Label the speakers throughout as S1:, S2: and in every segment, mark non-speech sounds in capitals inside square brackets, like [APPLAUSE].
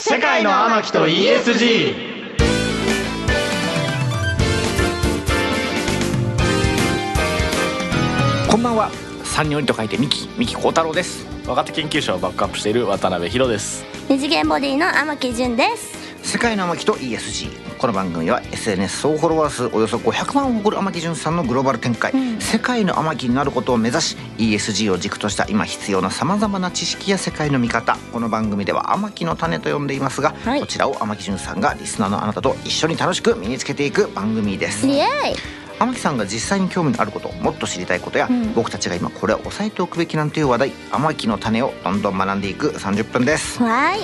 S1: 世界の天木と ESG
S2: こんばんは三人と書いてミキミキ幸太郎です
S3: 若手研究者をバックアップしている渡辺博です
S4: 二次元ボディの天木純です
S5: 世界の天木と ESG この番組は SNS 総フォロワー数およそ500万を誇る天木潤さんのグローバル展開、世界の天木になることを目指し ESG を軸とした今必要なさまざまな知識や世界の見方この番組では天木の種と呼んでいますが、
S4: はい
S5: こちらを天木潤さんがリスナーのあなたと一緒に楽しく身につけていく番組です
S4: イエーイ
S5: 天木さんが実際に興味のあることもっと知りたいことや、
S4: ん
S5: 僕たちが今これを押さえておくべきなんていう話題天木の種をどんどん学んでいく30分です
S4: はい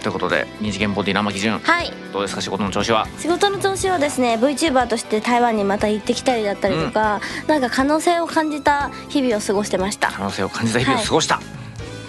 S5: ということで二次元ボディの天木潤
S4: はい
S5: どうですか仕事の調子は
S4: 仕事の調子はですね VTuber として台湾にまた行ってきたりだったりとか、なんか可能性を感じた日々を過ごしてました
S5: 可能性を感じた日々を過ごした、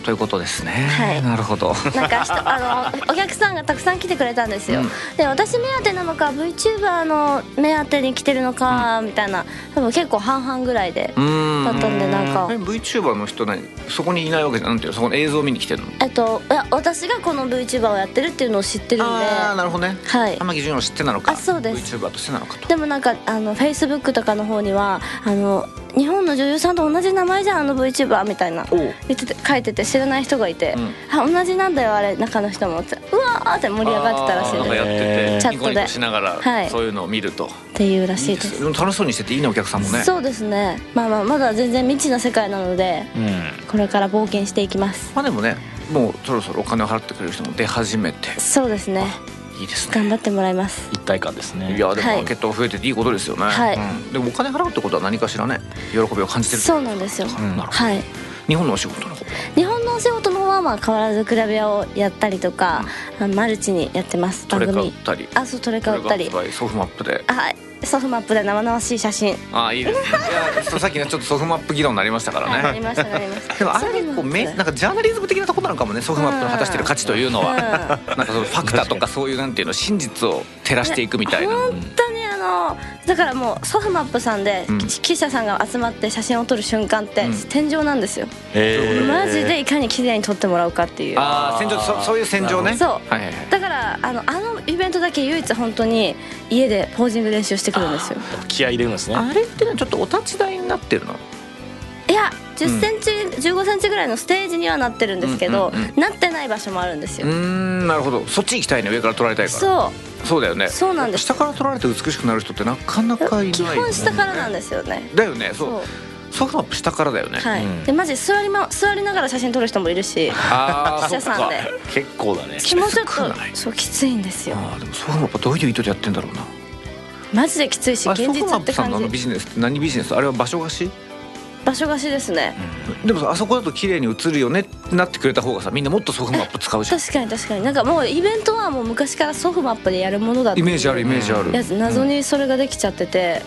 S5: ということですね、
S4: はい
S5: なるほ
S4: [LAUGHS]
S5: ど
S4: なんか人あのお客さんがたくさん来てくれたんですよ、で私目当てなのか VTuber の目当てに来てるのかみたいな多分結構半々ぐらいで
S5: うーん
S4: だったんでなんか
S5: え VTuber の人ねそこにいないわけじゃなんていうのそこの映像を見に来てるの
S4: えっといや私がこの VTuber をやってるっていうのを知ってるんで
S5: ああなるほどね
S4: はい
S5: 天城純を知ってなのか
S4: あそうです
S5: VTuber としてなのかと
S4: でもなんかあの Facebook とかの方にはあの日本の女優さんと同じ名前じゃんあの VTuber みたいな
S5: おう
S4: 言ってて書いてて知らない人がいて、あ同じなんだよあれ中の人もってうわーって盛り上がってたらしい
S5: あーなんか
S4: です
S5: やっ
S4: っ
S5: てて
S4: チャットで
S5: ニコニコしながら、
S4: はい
S5: そういうのを見ると
S4: ていうらしいです
S5: でも楽しそうにしてていいねお客さんもね
S4: そうですねまあまあまだ全然未知な世界なので、これから冒険していきます
S5: まあでもねもうそろそろお金を払ってくれる人も出始めて
S4: そうですね
S5: いいですね
S4: 頑張ってもらいます
S3: 一体感ですね
S5: いやで
S4: は
S5: も
S4: い
S5: 血糖増えてていいことですよね、
S4: はい
S5: うんでもお金払うってことは何かしらね喜びを感じてる
S4: そうなんですよ、
S5: んなるほど
S4: はい
S5: 日本のお仕事の方は
S4: 日本のお仕事の方はまあ変わらずクラブ屋をやったりとか、あマルチにやってます
S5: ト
S4: 番
S5: レカ売っ
S4: 組
S5: たり
S4: あそうトレカ売ったり
S5: トレカ売ったソフマップで
S4: はいソフマップで生々しい写真
S5: ああいいですねい
S4: [LAUGHS]
S5: やそうさっきのちょっとソフマップ議論になりましたからね、
S4: ありましたありました
S5: でもあれこうめなんかジャーナリズム的なところなのかもねソフマップの果たしてる価値というのは、
S4: うん
S5: なんかそのファクタとかそういうなんていうの真実を照らしていくみたいな、
S4: 本当にあのだからもうソフマップさんで、
S5: うん
S4: 記者さんが集まって写真を撮る瞬間って、
S5: うん
S4: 天井なんですよ、
S3: え
S4: マジでいかに綺麗に撮ってもらうかっていうだ
S5: ああ戦場そそういう戦場ね
S4: そう
S5: はいはいはい
S4: からあのあのイベントだけ唯一本当に家でポージング練習してくるんですよ
S3: 気合い入れるんですね
S5: あれってのはちょっとお立ち台になってるの
S4: いや1 0ンチ、1 5ンチぐらいのステージにはなってるんですけど、
S5: うんうんうん
S4: なってない場所もあるんです
S5: うー
S4: よ、
S5: んなるほどそっち行きたいね上から撮られたいからそう
S4: そ
S5: だよね
S4: そうなんです
S5: 下から撮られて美しくなる人ってなかなかいな
S4: う
S5: い
S4: 基本下からなんですよね
S5: だよねそう
S4: そう
S5: ソフマップ下からだよね、
S4: はい、
S3: うん
S4: でマジ座り,、ま、座りながら写真撮る人もいるし
S5: ああ
S4: 記者さんで
S3: 結構だね
S4: 気もちょっ
S5: 少ない
S4: とそうきついんですよ
S5: あーでもソフマップはどういう意図でやってんだろうな
S4: マジできついし
S5: あれ
S4: 現
S5: ソフマッ
S4: 実っ
S5: プ
S4: て
S5: さん
S4: 感
S5: のあのビ
S4: じ
S5: ジネスって何ビジネスあれは場所貸し
S4: 場所貸しですね
S5: でもさあそこだと綺麗に映るよねってなってくれた方がさみんなもっとソフマップ使うじゃん
S4: 確かに確かになんかもうイベントはもう昔からソフマップでやるものだって
S5: イメージあるイメージある、
S4: やつ謎にそれができちゃってて、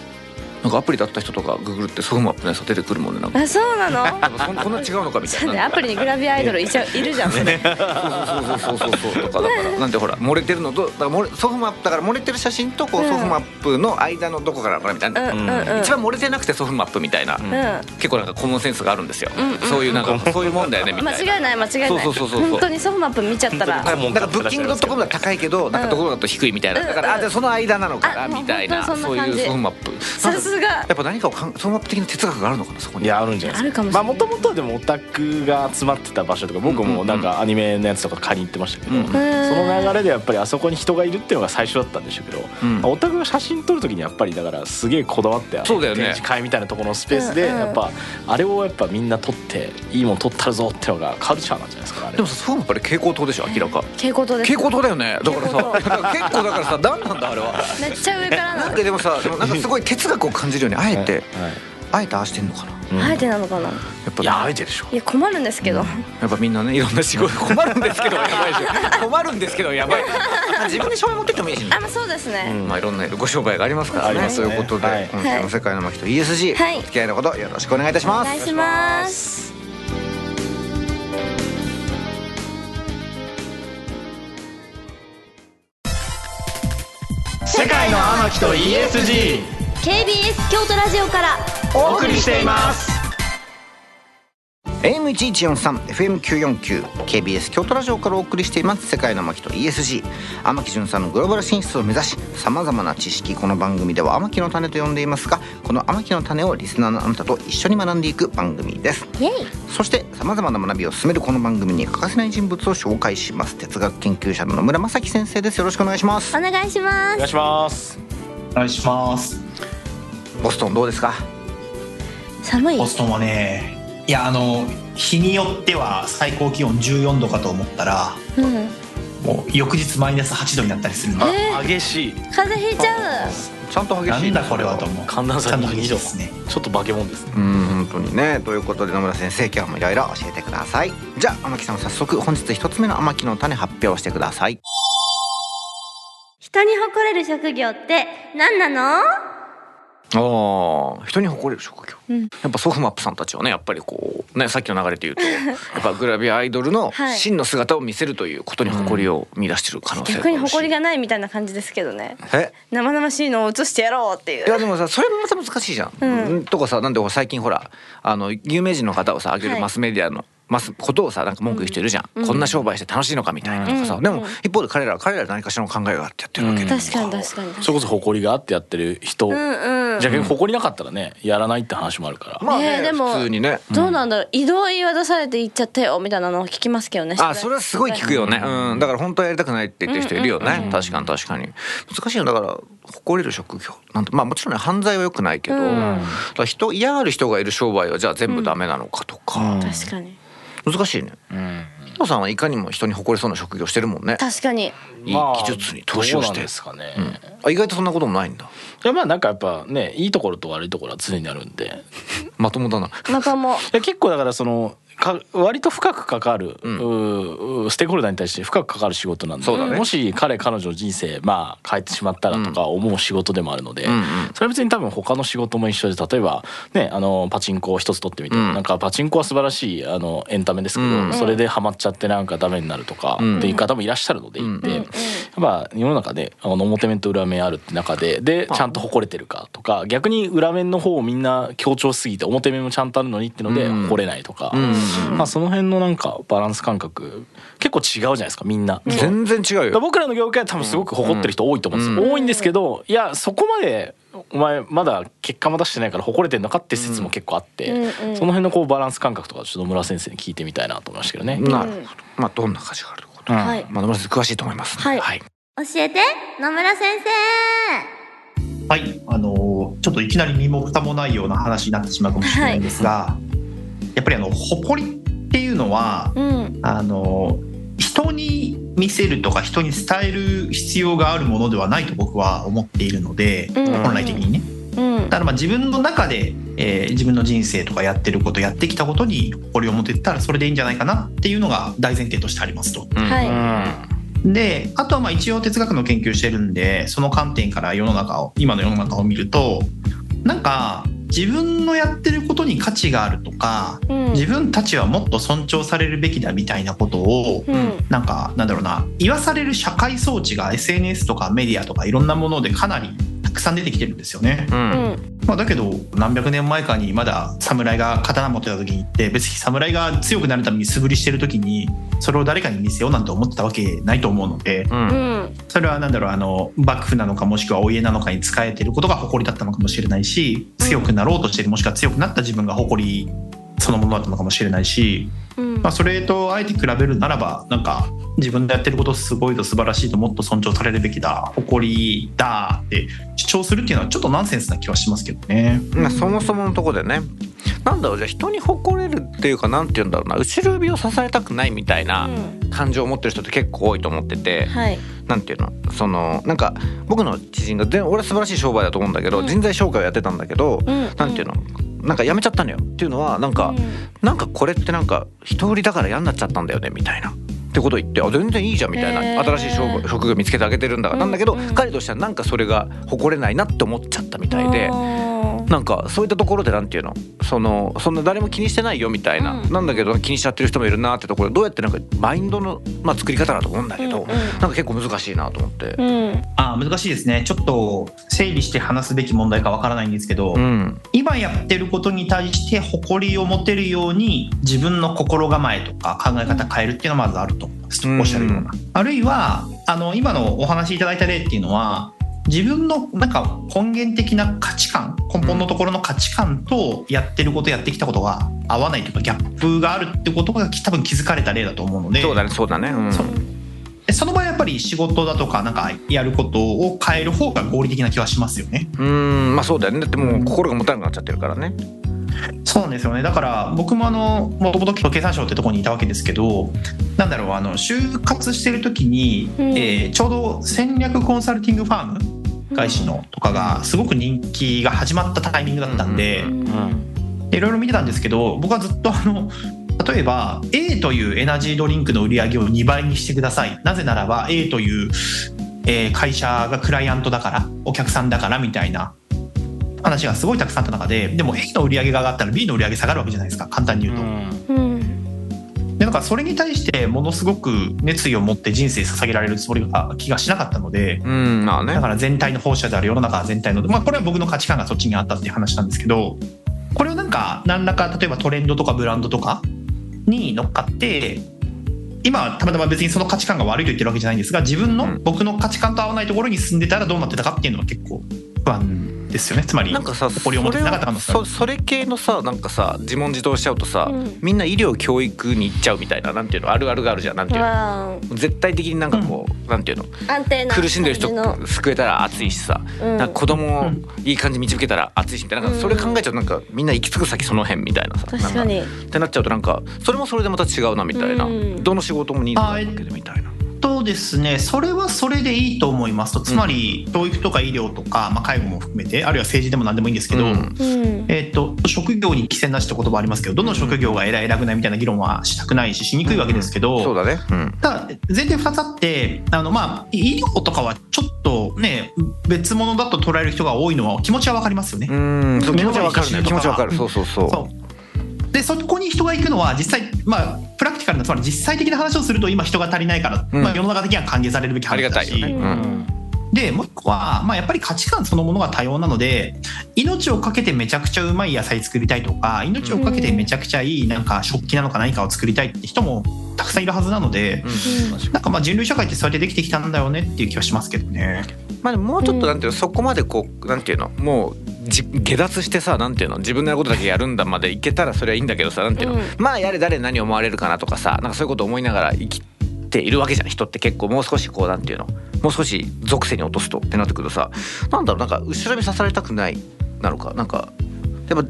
S5: なんかアプリだった人とかググるってソフマップのやつが出てくるもんねなん
S4: [LAUGHS]
S5: か
S4: あそうなの
S5: [LAUGHS] そんこんな違うのかみた
S4: そ
S5: いう
S4: ね
S5: な
S4: アプリにグラビアアイドルいちゃいるじゃんそれ
S5: そうそうそうそうそうとかだからなんでほら漏れてるのとだから漏れソフマップだから漏れてる写真とこう
S4: うん
S5: ソフマップの間のどこからかみたい
S4: うん
S5: な、
S4: うんうん
S5: 一番漏れてなくてソフマップみたいな、
S4: うん
S5: 結構なんかコモンセンスがあるんですよ、
S4: んうん
S5: そういうなんかそういうもんだよねみたいな
S4: 間違いない間違いない
S5: そうそうそうそう
S4: 本当にソフマップ見ちゃった
S5: だ
S4: ら
S5: からなんかブッキングのところは高いけど、なんかところだと低いみたいな、だから、あ、じゃ、その間なのかな
S4: あ
S5: みたいな、
S4: もう
S5: そ
S4: 本当
S5: ういう
S4: にそんな感じ
S5: ソフマップ。
S4: さす
S5: や
S4: が
S5: っぱ何かをかん、ソフマップ的な哲学があるのかな、そこに。
S3: いやあるんじゃないです
S4: あるかもしれない
S3: まあもともとはでもオタクが集まってた場所とか僕もなんかアニメのやつとか借りに行ってましたけど、
S5: うんうん
S3: その流れでやっぱりあそこに人がいるっていうのが最初だったんでしょうけど、
S5: うん
S3: まあオタクが写真撮る時にやっぱりだからすげえこだわってあの
S5: そうだよね
S3: 展示会みたいなところのスペースで
S4: うんうん
S3: やっぱあれをやっぱみんな撮っていいもん撮ったるぞってのがカルチャーなんじゃないですかあれ
S5: でもさ、ソフマップあれ蛍光灯でしょ、明らか。
S4: 蛍光灯です
S5: 蛍光灯だよね、だから
S4: 蛍
S5: さ、だから結構だからさ、何なんだあれは。
S4: めっちゃ上から
S5: な
S4: なんの
S5: かでもさ、でもなんかすごい哲学を感じるよね、あえて、
S3: はい
S5: あえてああしてんのかな。
S3: うん
S4: あえてなのかない
S5: やっぱ、
S3: いやあえてでしょ
S4: や困るんですけど、
S5: やっぱみんなね、いろんな仕 [LAUGHS] 事困るんですけど、やばいでしょ。困るんですけど、やばい。 [LAUGHS] 自分で商売持ってってもいいしね。
S4: あまあそうですね、
S5: まあいろんなご商売がありますから
S3: あり
S5: ね。
S3: ます
S5: そう
S3: ね
S5: いうこと
S3: は
S5: で
S3: い、
S5: 今週の世界の巻と ESG、
S4: はい
S5: お付き合いのほどよろしくお願いいたしま
S4: お願い
S5: す。
S4: します
S1: 世界の天木と ESG
S4: KBS 京都ラジオから
S1: お送りしています
S6: AM1143FM949 KBS 京都ラジオからお送りしています「世界の天木と ESG」天木純さんのグローバル進出を目指しさまざまな知識この番組では「天木の種」と呼んでいますがこの天木の種をリスナーのあなたと一緒に学んでいく番組です
S4: イエイ
S6: そしてさまざまな学びを進めるこの番組に欠かせない人物を紹介します哲学研究者の野村正樹先生ですよろしくお願いします
S4: お願いしま
S3: お願い
S4: す
S3: します
S7: お願いします
S6: ボストンどうですか
S4: 寒い
S7: ボストンはねいやあの日によっては最高気温14度かと思ったら
S4: うん、え
S7: もう翌日マイナス8度になったりするの
S4: ー、
S3: 激しい
S4: 風邪ひいちゃう
S6: ちゃんと激しい
S7: なんだこれはと思う
S3: 寒暖差
S7: ちゃんと激
S3: 22
S7: しい
S3: 度
S7: ですね
S3: ちょっと化け物ですね
S6: うん本当にねということで野村先生今日もいろいろ教えてくださいじゃあ天木さん早速本日一つ目の天木の種発表してください
S4: 人に誇れる職業って何なの
S5: ああ人に誇れる職業、
S4: うん
S5: やっぱソフマップさんたちはねやっぱりこうねさっきの流れで
S4: [LAUGHS]
S5: 言うとやっぱグラビアアイドルの
S4: はい
S5: 真の姿を見せるということに誇りを見出してる可能性があ
S4: 逆
S5: るし
S4: に誇りがないみたいな感じですけどね
S5: え
S4: 生々しいのを映してやろうっていう
S5: いやでもさそれもまた難しいじゃん。
S4: うん
S5: とかさなんでほら最近ほらあの有名人の方をさ挙げ
S4: は
S5: る
S4: い
S5: マスメディアの、マスことをさなんか文句言う人いるじゃん、
S4: うん
S5: こんな商売して楽しいのかみたいなとかさ、
S4: うん
S5: でも一方で彼らは彼らは何かしらの考えがあってやってるわけで、
S4: 確かに確かに
S3: それこそ誇りがあってやってる人、
S4: うんうん
S3: じゃあ逆に誇りなかったらねやらないって話もあるから、
S5: まあね
S4: ねえでも
S5: 普通にね
S4: どうなんだろう移動言い渡されて行っちゃったよみたいなのを聞きますけどね
S5: あそれはすごい聞くよね、うん、だから本当はやりたくないって言ってる人いるよね、
S4: うんうんうん
S5: 確かに確かに難しいよだから誇れる職業なんてまあもちろんね犯罪は良くないけど、
S4: うん
S5: だから人嫌がる人がいる商売はじゃあ全部ダメなのかとか、
S4: 確かに
S5: 難しいね
S3: うん
S5: 伊藤さんはいかにも人に誇れそうな職業してるもんね
S4: 確かに
S5: いい
S3: まあ
S5: 技術に投資をし
S3: どうなん
S5: て
S3: ですかね、い
S5: あ意外とそんなこともないんだ
S3: やまあなんかやっぱねいいところと悪いところは常にあるんで
S5: まともだな
S4: またも
S3: いや結構だからそのか割と深く関わる、うんーステークホルダーに対して深く関わる仕事なんで
S5: そうだね
S3: もし彼彼女の人生まあ変えてしまったらとか思う仕事でもあるので、
S5: んうん
S3: それは別に多分他の仕事も一緒で例えばねあのパチンコを一つ取ってみて、
S5: うん
S3: なんかパチンコは素晴らしいあのエンタメですけど、
S5: うん
S3: それでハマっちゃってなんかダメになるとか
S5: うん
S3: っていう方もいらっしゃるので、
S5: うん
S3: でやっぱ世の中であの表面と裏面あるって中ででちゃんと誇れてるかとか逆に裏面の方をみんな強調しすぎて表面もちゃんとあるのにってので
S5: うん
S3: 誇れれないとか、
S5: うん
S3: まあ、その辺のなんかバランス感覚結構違うじゃないですかみんな。そう
S5: 全然違
S3: だ
S5: う
S3: から
S5: よ
S3: 僕らの業界は多分すごく誇ってる人多いと思うんですよ、多いんですけどいやそこまでお前まだ結果も出してないから誇れてんのかって説も結構あって、
S4: うんうん
S3: その辺のこうバランス感覚とかちょっと野村先生に聞いてみたいなと思いましたけどね。
S5: なるほどまあどんな価値があるとか
S3: うん
S4: はい
S5: まあ野村さん詳しいと思います
S4: はい
S5: はい
S4: 教えて野村先生
S7: はいあのーちょっといきなり身も蓋もないような話になってしまうかもしれないんですが、やっぱりあの誇りっていうのは
S4: うん
S7: あの人に見せるとか人に伝える必要があるものではないと僕は思っているので、
S4: うん
S7: 本来的にね。
S4: うん
S7: だからまあ自分の中で、えー自分の人生とかやってることやってきたことに誇りを持てたらそれでいいんじゃないかなっていうのが大前提としてありますと。
S4: はい
S7: であとはまあ一応哲学の研究してるんでその観点から世の中を今の世の中を見るとなんか自分のやってることに価値があるとか
S4: うん
S7: 自分たちはもっと尊重されるべきだみたいなことを
S4: うん
S7: なんかなんだろうな言わされる社会装置が SNS とかメディアとかいろんなものでかなりたくさん出てきてるんですよね。
S5: う
S4: うんん
S7: まあ、だけど何百年前かにまだ侍が刀持ってた時に行って別に侍が強くなるために素振りしてる時にそれを誰かに見せようなんて思ってたわけないと思うので
S5: う
S4: うんん
S7: それは何だろうあの幕府なのかもしくはお家なのかに仕えてることが誇りだったのかもしれないし強くなろうとしてるもしくは強くなった自分が誇りそのものだったのかもしれないし、
S4: うん
S7: まあ、それとあえて比べるならばなんか自分のやってることすごいと素晴らしいともっと尊重されるべきだ誇りだって主張するっていうのはちょっとナンセンスな気はしますけどね。
S5: まあそもそものとこでねなんだろうじゃあ人に誇れるっていうかなんて言うんだろうな後ろ指を支えたくないみたいな
S4: うん
S5: 感情を持ってる人って結構多いと思ってて
S4: はい
S5: なんていうのそのなんか僕の知人が全俺は素晴らしい商売だと思うんだけど、
S4: うん
S5: 人材紹介をやってたんだけど、
S4: うん
S5: なんていうのなんかやめちゃったのよっていうのはなんか、
S4: うん
S5: なんかこれってなんか人売りだから嫌になっちゃったんだよねみたいな。ってことを言ってあ全然いいじゃんみたいな、
S4: へー
S5: 新しい商売職業見つけてあげてるんだから、
S4: うん
S5: なんだけど、
S4: うん
S5: 彼としてはなんかそれが誇れないなって思っちゃったみたいで
S4: あー
S5: なんかそういったところでなんていうのそのそんな誰も気にしてないよみたいな、
S4: うん
S5: なんだけど気にしちゃってる人もいるなってところでどうやってなんかマインドの、まあ、作り方だと思うんだけど、
S4: うんうん
S5: なんか結構難しいなと思って。
S4: うん
S7: あー難しいですねちょっと整理して話すべき問題かわからないんですけど、
S5: うん、
S7: 今やってることに対して誇りを持てるように自分の心構えとか考え方変えるっていうのはまずあると
S5: うん
S7: おっしゃるような、あるいはあの今のお話しいただいた例っていうのは自分のなんか根源的な価値観根本のところの価値観とやってることやってきたことが合わないというかギャップがあるってことが多分気づかれた例だと思うので
S5: そうだねそうだね、うん、
S7: そうでその場合やっぱり仕事だとかなんかやることを変える方が合理的な気はしますよね。
S5: うんまあそうだよねだってもう心が持たなくなっちゃってるからね
S7: そうなんですよねだから僕もあのもともと経産省ってとこにいたわけですけどなんだろうあの就活してる時に、
S4: うん
S7: えーちょうど戦略コンサルティングファーム外資のとかがすごく人気が始まったタイミングだったんで
S4: う
S5: うん
S3: うん
S7: いろいろ見てたんですけど僕はずっとあの例えば A というエナジードリンクの売り上げを2倍にしてくださいなぜならば A という、えー会社がクライアントだからお客さんだからみたいな話がすごいたくさんあった中ででも A の売り上げが上がったら B の売り上げ下がるわけじゃないですか簡単に言うと。
S4: うん
S7: でなんかそれに対してものすごく熱意を持って人生捧げられるつもりが気がしなかったので
S5: うんまあね
S7: だから全体の放射である世の中全体の、まあ、これは僕の価値観がそっちにあったっていう話なんですけどこれをなんか何らか例えばトレンドとかブランドとかに乗っかって今はたまたま別にその価値観が悪いと言ってるわけじゃないんですが自分
S5: う
S7: の
S5: ん
S7: 僕の価値観と合わないところに住んでたらどうなってたかっていうのは結構不安ですよねつまり
S5: なんかさそ
S7: 誇
S5: れ
S7: りを持ててなかった可
S5: を
S7: 能性
S5: そそれ系のさなんかさ自問自答しちゃうとさ、
S4: うん
S5: みんな医療教育に行っちゃうみたいななんていうのあるあるがあるじゃんなんていうの、
S4: わ
S5: 絶対的になんかこう、なんていうの
S4: あ安定な
S5: 苦しんでる
S4: 感
S5: 人救えたら熱いしさ、
S4: じの
S5: なんか子供
S7: う
S5: を
S7: ん
S5: いい感じに導けたら熱いしみたいななん
S4: う
S5: か
S4: ん
S5: それ考えちゃうとなんかみんな行き着く先その辺みたいなさ
S4: うん確かに
S5: なんかってなっちゃうとなんかそれもそれでまた違うなみたいな、
S4: うん
S5: どの仕事もニーズがあるわけでみたいな。
S7: とですねそれはそれでいいと思いますとつまり教育とか医療とか、まあ、介護も含めてあるいは政治でも何でもいいんですけど、
S5: うん
S4: うん
S7: えっと職業に規制なしって言葉ありますけどどの職業が偉い偉くないみたいな議論はしたくないししにくいわけですけど、
S5: そうだね、うん
S7: ただ前提2つあってあの、まあ、医療とかはちょっとね別物だと捉える人が多いのは気持ちは分かりますよね。
S5: うんそう気持ちはわかるね
S7: 目の前に
S5: 気持ちはわかる
S7: うん
S5: そうそうそう
S7: そうでそこに人が行くのは実際、まあ、プラクティカルなつまり実際的な話をすると今人が足りないから、
S5: うん
S7: まあ、世の中的には歓迎されるべき
S5: ありが
S7: 話
S5: た
S7: だ
S5: い
S7: し、
S5: よね、
S4: う
S5: うんん
S7: でもう一個は、まあ、やっぱり価値観そのものが多様なので命をかけてめちゃくちゃうまい野菜作りたいとか命をかけてめちゃくちゃいいなんか食器なのか何かを作りたいって人もたくさんいるはずなので、なんかまあ人類社会ってそうやってできてきたんだよねっていう気はしますけどね。
S5: まあでももうちょっ
S4: うん
S5: となんていうのそこまでこうなんていうのもうじ下脱してさなんていうの自分のやることだけやるんだまでいけたらそれはいいんだけどさなんていうの、
S4: うん
S5: まあやれ誰に何思われるかなとかさなんかそういうこと思いながら生きているわけじゃん人って結構もう少しこうなんていうのもう少し属性に落とすとってなってくるとさなんだろうなんか後ろ指さされたくないなのかなんかやっぱ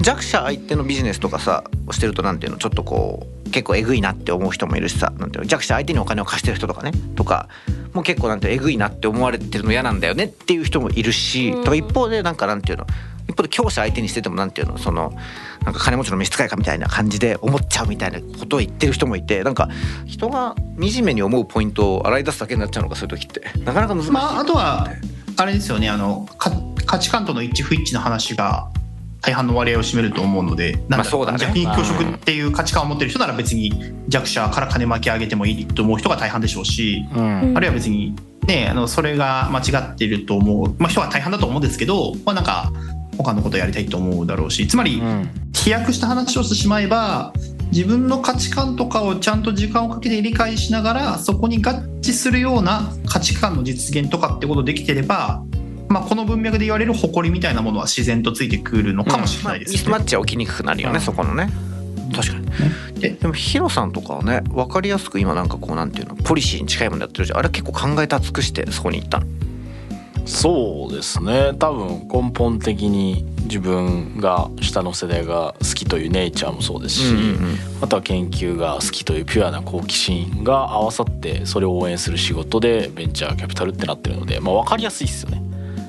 S5: 弱者相手のビジネスとかさをしてるとなんていうのちょっとこう結構えぐいなって思う人もいるしさなんていうの弱者相手にお金を貸してる人とかねとかもう結構なんていうのえぐいなって思われてるの嫌なんだよねっていう人もいるし、
S4: うん
S5: とか一方でなんかなんていうの一方で強者相手にしててもなんていうのそのなんか金持ちの召使いかみたいな感じで思っちゃうみたいなことを言ってる人もいてなんか人が惨めに思うポイントを洗い出すだけになっちゃうのかそういう時ってなかなか難しい。
S7: まあ、あとはあれですよねあのか価値観との一致不一致の話が大半の割合を占めると思うのでな
S5: まあ
S7: んだろ
S5: そうだね
S7: 弱肉強食っていう価値観を持ってる人なら別に弱者から金巻き上げてもいいと思う人が大半でしょうし。
S3: うん
S7: あるいは別に、ね、あのそれが間違ってると思う、まあ、人は大半だと思うんですけど、まあ、なんか他のことやりたいと思うだろうしつまり飛躍した話をしてしまえば自分の価値観とかをちゃんと時間をかけて理解しながらそこに合致するような価値観の実現とかってことできてれば、まあ、この文脈で言われる誇りみたいなものは自然とついてくるのかもしれないです
S5: ミ
S7: よ
S5: ス
S7: ね。
S5: マッチは起きにくくなるよね、
S3: うん
S5: そこのね確かに
S7: で
S5: でもヒロさんとかはね分かりやすく今なんかこうなんていうのポリシーに近いものやってるじゃんあれ結構考えた尽くしてそこに行ったの
S3: そうですね多分根本的に自分が下の世代が好きというネイチャーもそうですし、あとは研究が好きというピュアな好奇心が合わさってそれを応援する仕事でベンチャーキャピタルってなってるので、まあ、分かりやすいっすよね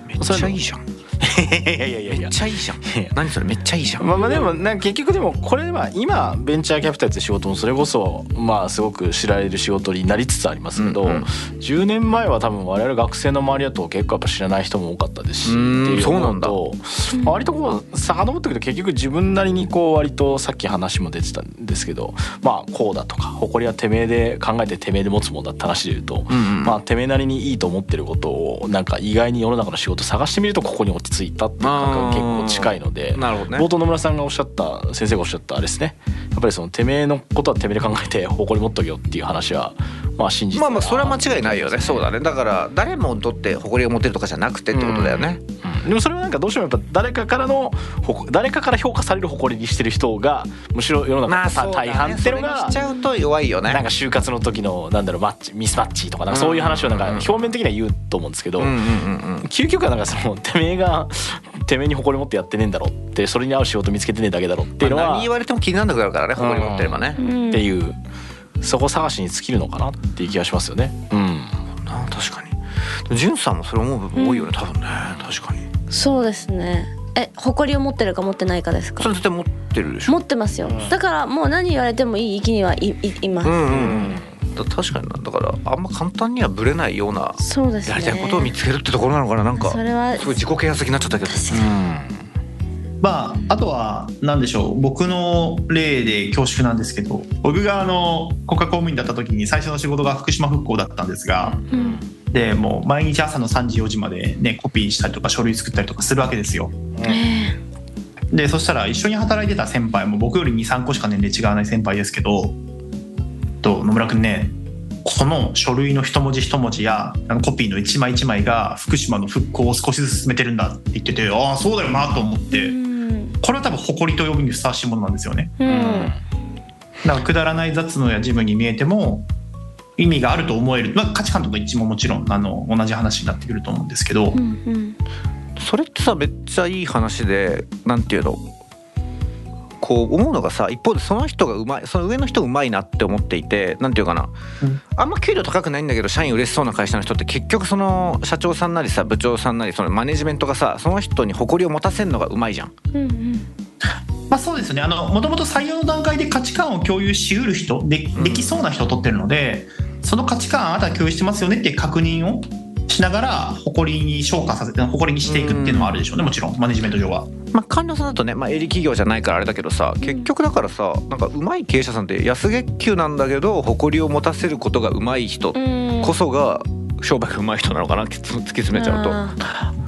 S5: めっちゃいいじゃん
S3: いやいやいやい
S5: め
S3: や
S5: っちゃいいじゃん何それめっちゃいいじゃん
S3: まあまあでもなんか結局でもこれは今ベンチャーキャピタルって仕事もそれこそまあすごく知られる仕事になりつつありますけど、
S5: うんうん
S3: 10年前は多分我々学生の周りだと結構やっぱ知らない人も多かったですし
S5: うーん
S3: っていう
S5: そうなんだ
S3: のとまあ割とこう遡ってくると結局自分なりにこう割とさっき話も出てたんですけどまあこうだとか誇りはてめえで考えててめえで持つもんだって話で言うと、
S5: うんうん
S3: まあてめえなりにいいと思ってることをなんか意外に世の中の仕事探してみるとここに落ち着いたっていう感覚が結構近いので。
S5: なるほどね
S3: 冒頭野村さんがおっしゃった先生がおっしゃったあれですねやっぱりそのてめえのことはてめえで考えて誇り持っとけよっていう話はまあ真実
S5: まあ
S3: だ
S5: ま
S3: な
S5: あそれは間違いないよねそうだねだから誰もにとって誇りを持てるとかじゃなくてってことだよね、
S3: うんでもそれはなんかどうしてもやっぱ誰かからの誇誰かから評価される誇りにしてる人がむしろ世の中
S5: まあ
S3: の
S5: そうだ
S3: 大
S5: ね
S3: 大半っての
S5: それ
S3: が
S5: にしちゃうと弱いよね
S3: なんか就活の時のなんだろうマッチミスマッチとかなんかそういう話をなんか表面的には言うと思うんですけど
S5: うんうんうんうん
S3: 究極はなんかそのてめえがてめえに誇り持ってやってねえんだろってそれに合う仕事見つけてねえだけだろっていうの
S5: まあ
S3: は
S5: 何言われても気にならなくなるからね
S3: うん
S5: 誇り持ってればね、
S4: うん
S3: っていうそこ探しに尽きるのかなっていう気がしますよね。うん、
S5: ああ確かにでも潤さんもそれ思う部分多いよね多分ね確かに
S4: そうですねえ誇りを持ってるか持ってないかです
S5: そ
S4: か
S5: れ絶対持ってるでしょ
S4: 持ってますよ、だからもう何言われてもいい域にはいいいます、
S5: うんうんうんだ確かになだからあんま簡単にはブレないような
S4: そうですね
S5: やりたいことを見つけるってところなのかななんか
S4: それは
S5: すごい自己啓発的になっちゃったけど
S4: 確か
S3: う
S4: に
S3: ん、
S7: まあ、あとは何でしょう僕の例で恐縮なんですけど僕があの国家公務員だった時に最初の仕事が福島復興だったんですが
S4: うん
S7: でもう毎日朝の3時4時まで、ね、コピーしたりとか書類作ったりとかするわけですよ。
S4: え
S7: でそしたら一緒に働いてた先輩も僕より23個しか年齢違わない先輩ですけどと野村君ねこの書類の一文字一文字やあのコピーの一枚一枚が福島の復興を少しずつ進めてるんだって言っててああそうだよなと思っ
S4: えう
S7: て
S4: ん
S7: これは多分誇りと呼ぶにふさわしいものなんですよね。
S4: うん
S7: だからくだらない雑務やジムに見えても意味があると思える、まあ、価値観との一致ももちろんあの同じ話になってくると思うんですけど、
S4: うんうん
S5: それってさめっちゃいい話でなんていうのこう思うのがさ一方でその人がうまいその上の人うまいなって思っていてなんていうかな、
S7: うん
S5: あんま給料高くないんだけど社員嬉しそうな会社の人って結局その社長さんなりさ部長さんなりそのマネジメントがさその人に誇りを持たせるのがうまいじゃん。
S4: うんうん
S7: まあ、そうですねもともと採用の段階で価値観を共有しうる人で
S5: ん
S7: できそうな人を取ってるので、その価値観あなた共有してますよねっていう確認をしながら誇りに昇華させて誇りにしていくっていうのはあるでしょうねもちろんマネジメント上は。
S5: まあ、官僚さんだとね、まあ、営利企業じゃないからあれだけどさ結局だからさなんかうまい経営者さんって安月給なんだけど誇りを持たせることがうまい人
S4: うん
S5: こそが商売がうまい人なのかな突き詰めちゃうと。
S4: あー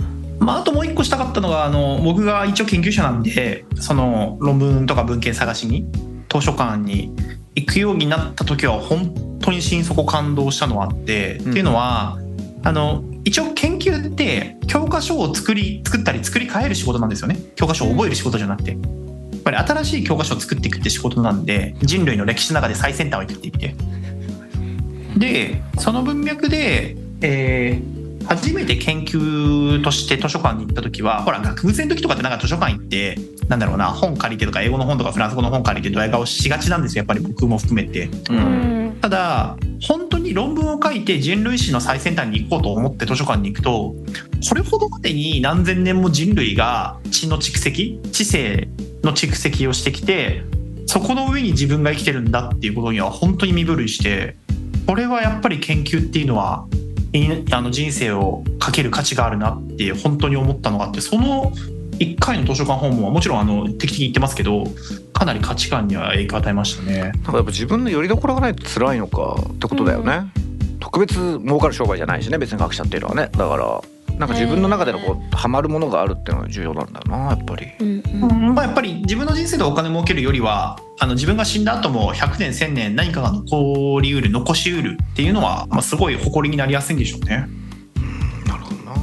S7: まあ、あともう一個したかったのがあの僕が一応研究者なんでその論文とか文献探しに図書館に行くようになった時は本当に心底感動したのはあって、
S5: ん
S7: っていうのはあの一応研究って教科書を作り作ったり作り変える仕事なんですよね教科書を覚える仕事じゃなくて。やっぱり新しい教科書を作っていくって仕事なんで人類の歴史の中で最先端を生きていてでその文脈で、えー初めて研究として図書館に行った時はほら学部生の時とかってなんか図書館行ってなんだろうな本借りてとか英語の本とかフランス語の本借りてドヤ顔しがちなんですよやっぱり僕も含めて。
S5: う
S4: うんん
S7: ただ本当に論文を書いて人類史の最先端に行こうと思って図書館に行くとこれほどまでに何千年も人類が血の蓄積知性の蓄積をしてきてそこの上に自分が生きてるんだっていうことには本当に身震いしてこれはやっぱり研究っていうのはいあの人生をかける価値があるなって本当に思ったのがあってその1回の図書館訪問はもちろんあの定期的に行ってますけどかなり価値観には影響を与えましたね。
S5: なんかやっぱ自分の拠り所がないと辛いのかってことだよね、特別儲かる商売じゃないしね別に学者っていうのはねだからなんか自分の中でのこうハマるものがあるっていうのが重要なんだよなやっぱり。
S4: うんうん
S7: うんまあ、やっぱり自分の人生でお金儲けるよりはあの自分が死んだ後も100年1000年何かが残りうる残しうるっていうのは、まあ、すごい誇りになりやすいんでしょうね、
S5: なるほどな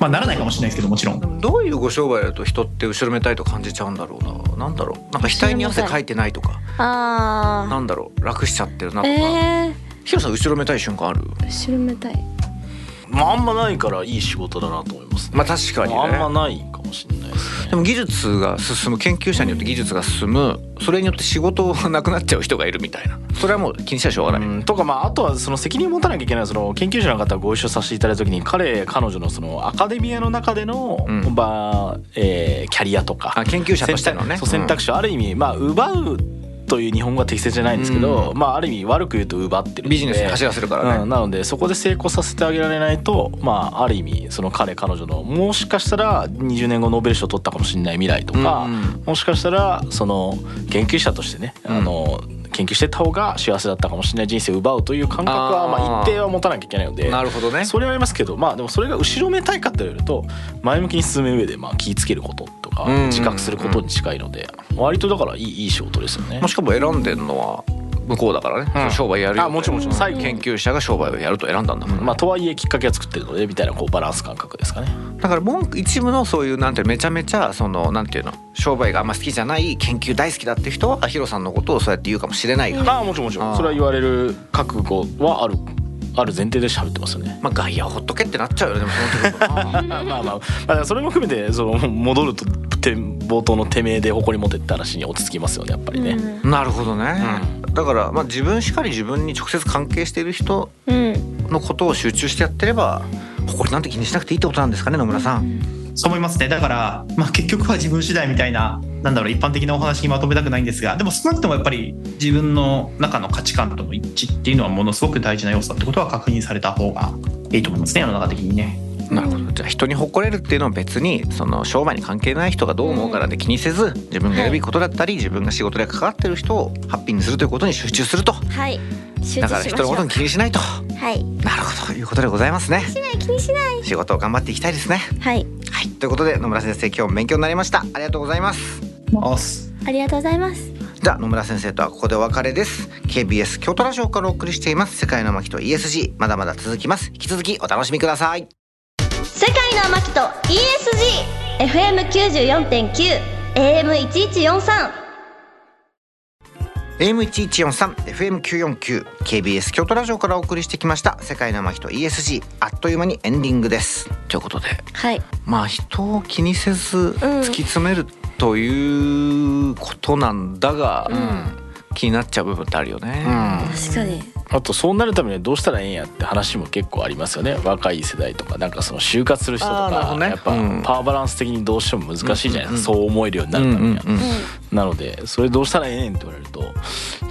S7: まあ、ならないかもしれないですけどもちろん
S5: でもどういうご商売だと人って後ろめたいと感じちゃうんだろうななんだろうなんか額に汗かいてないとか
S4: あ
S5: なんだろう楽しちゃってるな
S4: あ
S5: とか、
S4: ええ
S5: ヒロさん後ろめたい瞬間ある
S4: ー、後ろめたい
S3: まああんまないからいい仕事だなと思いますね、
S5: まあ確かにね
S3: あんまないかもしれないですね
S5: でも技術が進む研究者によって技術が進むそれによって仕事がなくなっちゃう人がいるみたいなそれはもう気にしたらしょうがない、
S3: うん、とかまああとはその責任持たなきゃいけないその研究者の方がご一緒させていただいた時に彼彼女のそのアカデミアの中での、
S5: うん
S3: まあえーキャリアとか
S5: あ研究者としての
S3: 選択
S5: ね
S3: そう選択肢をある意味、まあ奪うという日本語は適切じゃないんですけど、
S5: う
S3: まあある意味悪く言うと奪ってるので
S5: ビジネスに走らせるからね
S3: うんなのでそこで成功させてあげられないとまあある意味その彼彼女のもしかしたら20年後ノーベル賞を取ったかもしれない未来とか、
S5: うん
S3: もしかしたらその研究者としてね、
S5: ん
S3: あの研究してた方が幸せだったかもしれない人生を奪うという感覚は
S5: あー
S3: まあ一定は持たなきゃいけないので
S5: なるほどね
S3: それはありますけどまあでもそれが後ろめたいかと言われると前向きに進む上でまあ気ぃつけることとか
S5: うん
S3: 自覚することに近いので割とだからいいいい仕事ですよね
S5: も。しかも選んでるのは向こうだからね、
S3: うん
S5: 商売やるよ
S3: あもちろんもちろん
S5: 最後研究者が商売をやると選んだんだもん、ね
S3: まあ、とはいえきっかけは作ってるのでみたいなこうバランス感覚ですかね。
S5: だから文句一部のそういうなんていうのめちゃめちゃそのなんていうの商売があんま好きじゃない研究大好きだって人はヒロさんのことをそうやって言うかもしれないが、
S3: ああもちろんもちろんそれは言われる覚悟はあるある前提で喋ってますよ
S5: [LAUGHS]
S3: ね。
S5: まあ外野ほっとけってなっちゃうよねでもその時もな
S3: まあまあまあ、まあ、だからそれも含めてその戻るとて冒頭のてめえで誇り持てって話に落ち着きますよねやっぱりね。
S4: う
S5: [LAUGHS]
S4: ん
S5: なるほどね、だからまあ自分しかり自分に直接関係している人
S4: うん
S5: のことを集中してやってれば誇りなんて気にしなくていいってことなんですかね野村さん
S7: そう思いますねだから、まあ、結局は自分次第みたいななんだろう一般的なお話にまとめたくないんですがでも少なくともやっぱり自分の中の価値観との一致っていうのはものすごく大事な要素だってことは確認された方がいいと思いますね世の中的にね。
S5: なるほどじゃあ人に誇れるっていうのは別にその商売に関係ない人がどう思うからで気にせず自分がやるべきことだったり自分が仕事で関わってる人をハッピーにするということに集中すると
S4: はい集中
S5: だから
S4: し
S5: 人
S4: ま
S5: の
S4: しょ
S5: こと
S4: う
S5: に気にし
S4: [LAUGHS]
S5: ないと
S4: はい
S5: なるほどということでございますね
S4: 気にしない気にしない
S5: 仕事を頑張っていきたいですね
S4: はい
S5: はいということで野村先生今日も勉強になりましたありがとうございます
S7: まあす
S4: ありがとうございます
S6: じゃあ野村先生とはここでお別れです KBS 京都ラジオからお送りしています世界の巻と ESG まだまだ続きます引き続きお楽しみください
S4: 世界のマキと ESG FM 九十四点九 AM 一一四三
S6: AM1143 FM949 KBS 京都ラジオからお送りしてきました世界の巻と ESG あっという間にエンディングです
S5: ということで
S4: はい
S5: まあ人を気にせず突き詰めるということなんだが、気になっちゃう部分ってあるよね、
S4: 確かに
S3: あとそうなるためにはどうしたらええんやって話も結構ありますよね若い世代とかなんかその就活する人と
S5: あーなるほ
S3: か、
S5: どね
S3: やっぱ
S5: うん
S3: パワーバランス的にどうしても難しいじゃないですか、そう思えるようになるためには。
S5: うんうん
S3: なのでそれどうしたらええねんって言われるとい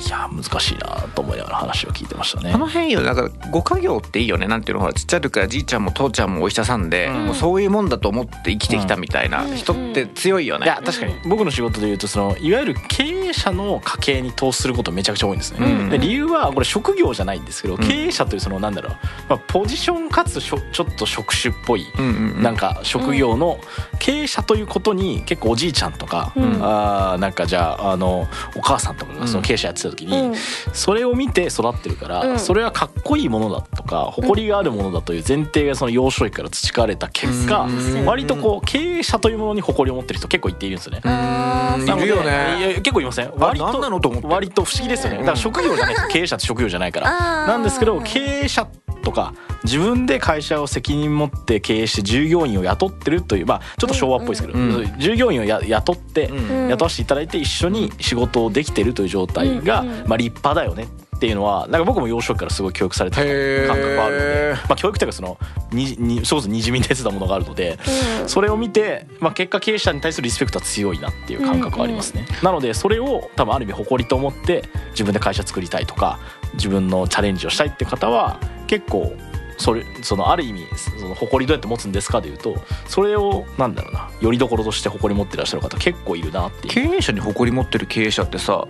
S3: やー難しいなと思いながら話を聞いてましたね
S5: あ。の辺よだからご家業っていいよねなんていうのほらちっちゃい時からじいちゃんも父ちゃんもお医者さんで、もうそういうもんだと思って生きてきたみたいな人って強いよね、
S3: いや確かに僕の仕事でいうとそのいわゆる経営者の家計に投資することめちゃくちゃ多いんですね、
S5: うん
S3: で理由はこれ職業じゃないんですけど、経営者というそのなんだろう、まあ、ポジションかつしょちょっと職種っぽい、
S5: うんうんうん
S3: なんか職業の経営者ということに結構おじいちゃんとか、
S4: ん
S3: あーなんかじゃああのお母さんとかがその経営者やってた時に、
S4: うん
S3: それを見て育ってるから、
S4: うん
S3: それはかっこいいものだとか誇りがあるものだという前提がその幼少期から培われた結果、
S5: うん
S3: 割とこう経営者というものに誇りを持ってる人結構いっているんですよね。
S4: あー
S5: うん
S3: なので
S5: いるよ
S3: い
S5: ね
S3: や結構いません。割
S5: なん
S3: と
S5: なのと思って
S3: 割と不思議ですよね。だから職業じゃ
S5: [LAUGHS]
S3: ないです。経営者って職業じゃないから。
S4: あー
S3: なんですけど経営者とか自分で会社を責任持って経営して従業員を雇ってるというまあちょっと昭和っぽいですけど、
S5: うん
S3: そういう従業員をや雇って、
S5: うん
S3: 雇わせていただいて一緒に仕事をできてるという状態が、まあ立派だよねっていうのはなんか僕も幼少期からすごい教育されてた
S5: へー
S3: 感覚はあるので、まあ、教育というかそのににそれこそにじみ出てたものがあるので、それを見て、まあ、結果経営者に対するリスペクトは強いなっていう感覚はありますね、なのでそれを多分ある意味誇りと思って自分で会社作りたいとか自分のチャレンジをしたいって方は結構それそのある意味その誇りどうやって持つんですかでいうとそれをなんだろうなよりどころとして誇り持ってらっしゃる方結構いるなっていう
S5: 経営者に誇り持ってる経営者ってさ、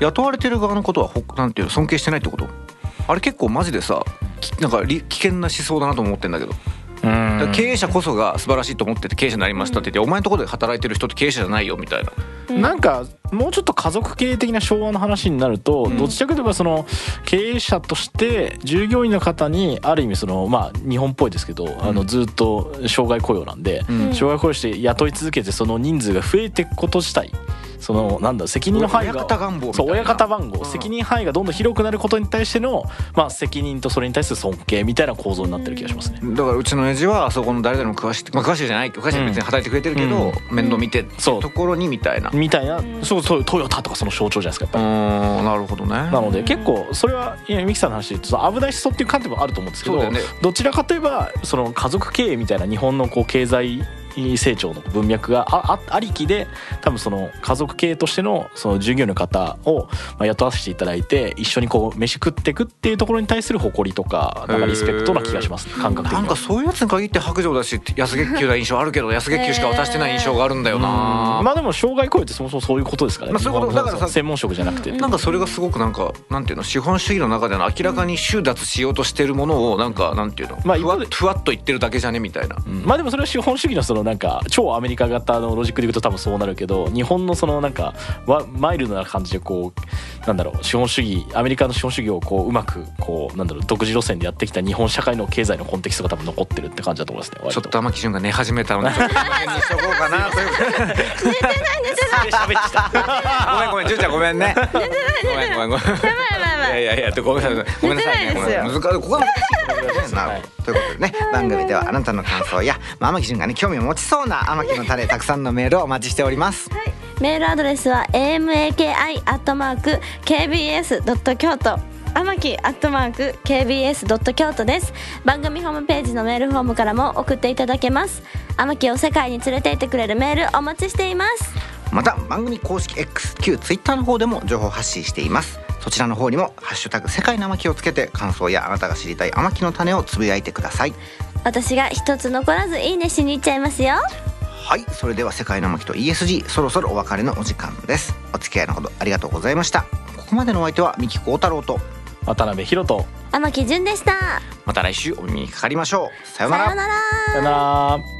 S5: 雇われてる側のことはほなんていうの尊敬してないってことあれ結構マジでさきなんかり危険な思想だなと思ってんだけどだから経営者こそが素晴らしいと思ってて経営者になりましたって言って、お前のところで働いてる人って経営者じゃないよみたいな
S3: なんかもうちょっと家族経営的な昭和の話になると、どちらかといえばその経営者として従業員の方にある意味そのまあ日本っぽいですけど、あのずっと障害雇用なんで、障害雇用して雇い続けてその人数が増えていくこと自体そのなんだ責任の範囲
S6: 親
S3: が
S6: 方願望みた
S3: そ
S6: いうな
S3: 親方番号、
S6: うん
S3: 責任範囲がどんどん広くなることに対しての、まあ、責任とそれに対する尊敬みたいな構造になってる気がしますね。
S6: だからうちの親父はあそこの誰々も詳しく、
S5: ま
S6: ま
S5: あ、
S6: あ、
S5: 詳しいじゃない詳しい別に働いてくれてるけど、面倒見てって
S3: そう
S5: ところにみたいなう
S3: みたいなそうそうトヨタとかその象徴じゃないですかやっぱ
S5: ー
S3: り。
S5: んなるほどね
S3: なので結構それは今ミキさんの話で言うと危ない思想っていう観点もあると思うんですけ
S5: そ
S3: ど、
S5: うだよね
S3: どちらかといえばその家族経営みたいな日本のこう経済成長の文脈がああありきで多分その家族経営としてのその従業員の方をまあ雇わせていただいて一緒にこう飯食っていくっていうところに対する誇りとかなんかリスペクトな気がします感覚的
S5: な
S3: に
S5: ん
S3: は
S5: かそういうやつに限って白状だし安月給な印象あるけど安月給しか渡してない印象があるんだよな、
S3: まあでも障害雇用ってそもそもそういうことですからね、
S5: まあそういうことだからさ
S3: 専門職じゃなくて
S5: なんかそれがすごくなんかなんていうの資本主義の中での明らかに収奪しようとしてるものをなんかなんていうの、
S3: まあ
S5: ふわふわっと言ってるだけじゃねみたいな、
S3: まあでもそれは資本主義のそのなんか超アメリカ型のロジックでいくと多分そうなるけど日本のそのなんかわマイルドな感じでこうなんだろう資本主義アメリカの資本主義をこううまくこうなんだろう独自路線でやってきた日本社会の経済のコンテキストが多分残ってるって感じだと思いますね割
S5: ちょっと天木潤が寝始めた
S4: [LAUGHS]
S5: のでちょっとこの辺にしとこうかなというごめんごめん潤ちゃんごめんねごめんごめんごめん
S4: やばいやばいやば
S5: いや
S4: い
S5: いやいやごめんなさいごめんなさいね
S4: 寝てないですよ
S5: ごめん
S6: 難しいここが難しいところだねなるほどということでね番組ではあなたの感想や、まあ、天木潤がね興味を持ちそうな天木のタレたくさんのメールをお待ちしております
S4: メールアドレスは amaki.kbs.kyoto 天木アットマーク KBS ドット京都です番組ホームページのメールフォームからも送っていただけます天木を世界に連れて行ってくれるメールお待ちしています
S6: また番組公式 X 旧 Twitter の方でも情報発信していますそちらの方にも「ハッシュタグ世界の天木」をつけて感想やあなたが知りたい天木の種をつぶやいてください
S4: 私が一つ残らずいいねしに行っちゃいますよ
S6: はいそれでは「世界の天木」と ESG そろそろお別れのお時間ですお付き合いのほどありがとうございましたここまでのお相手は三木幸太郎と
S3: 渡辺宏と
S4: 天木純でした
S5: また来週お耳にかかりましょう
S6: かりましょうさようなら
S4: さようなら
S3: さよなら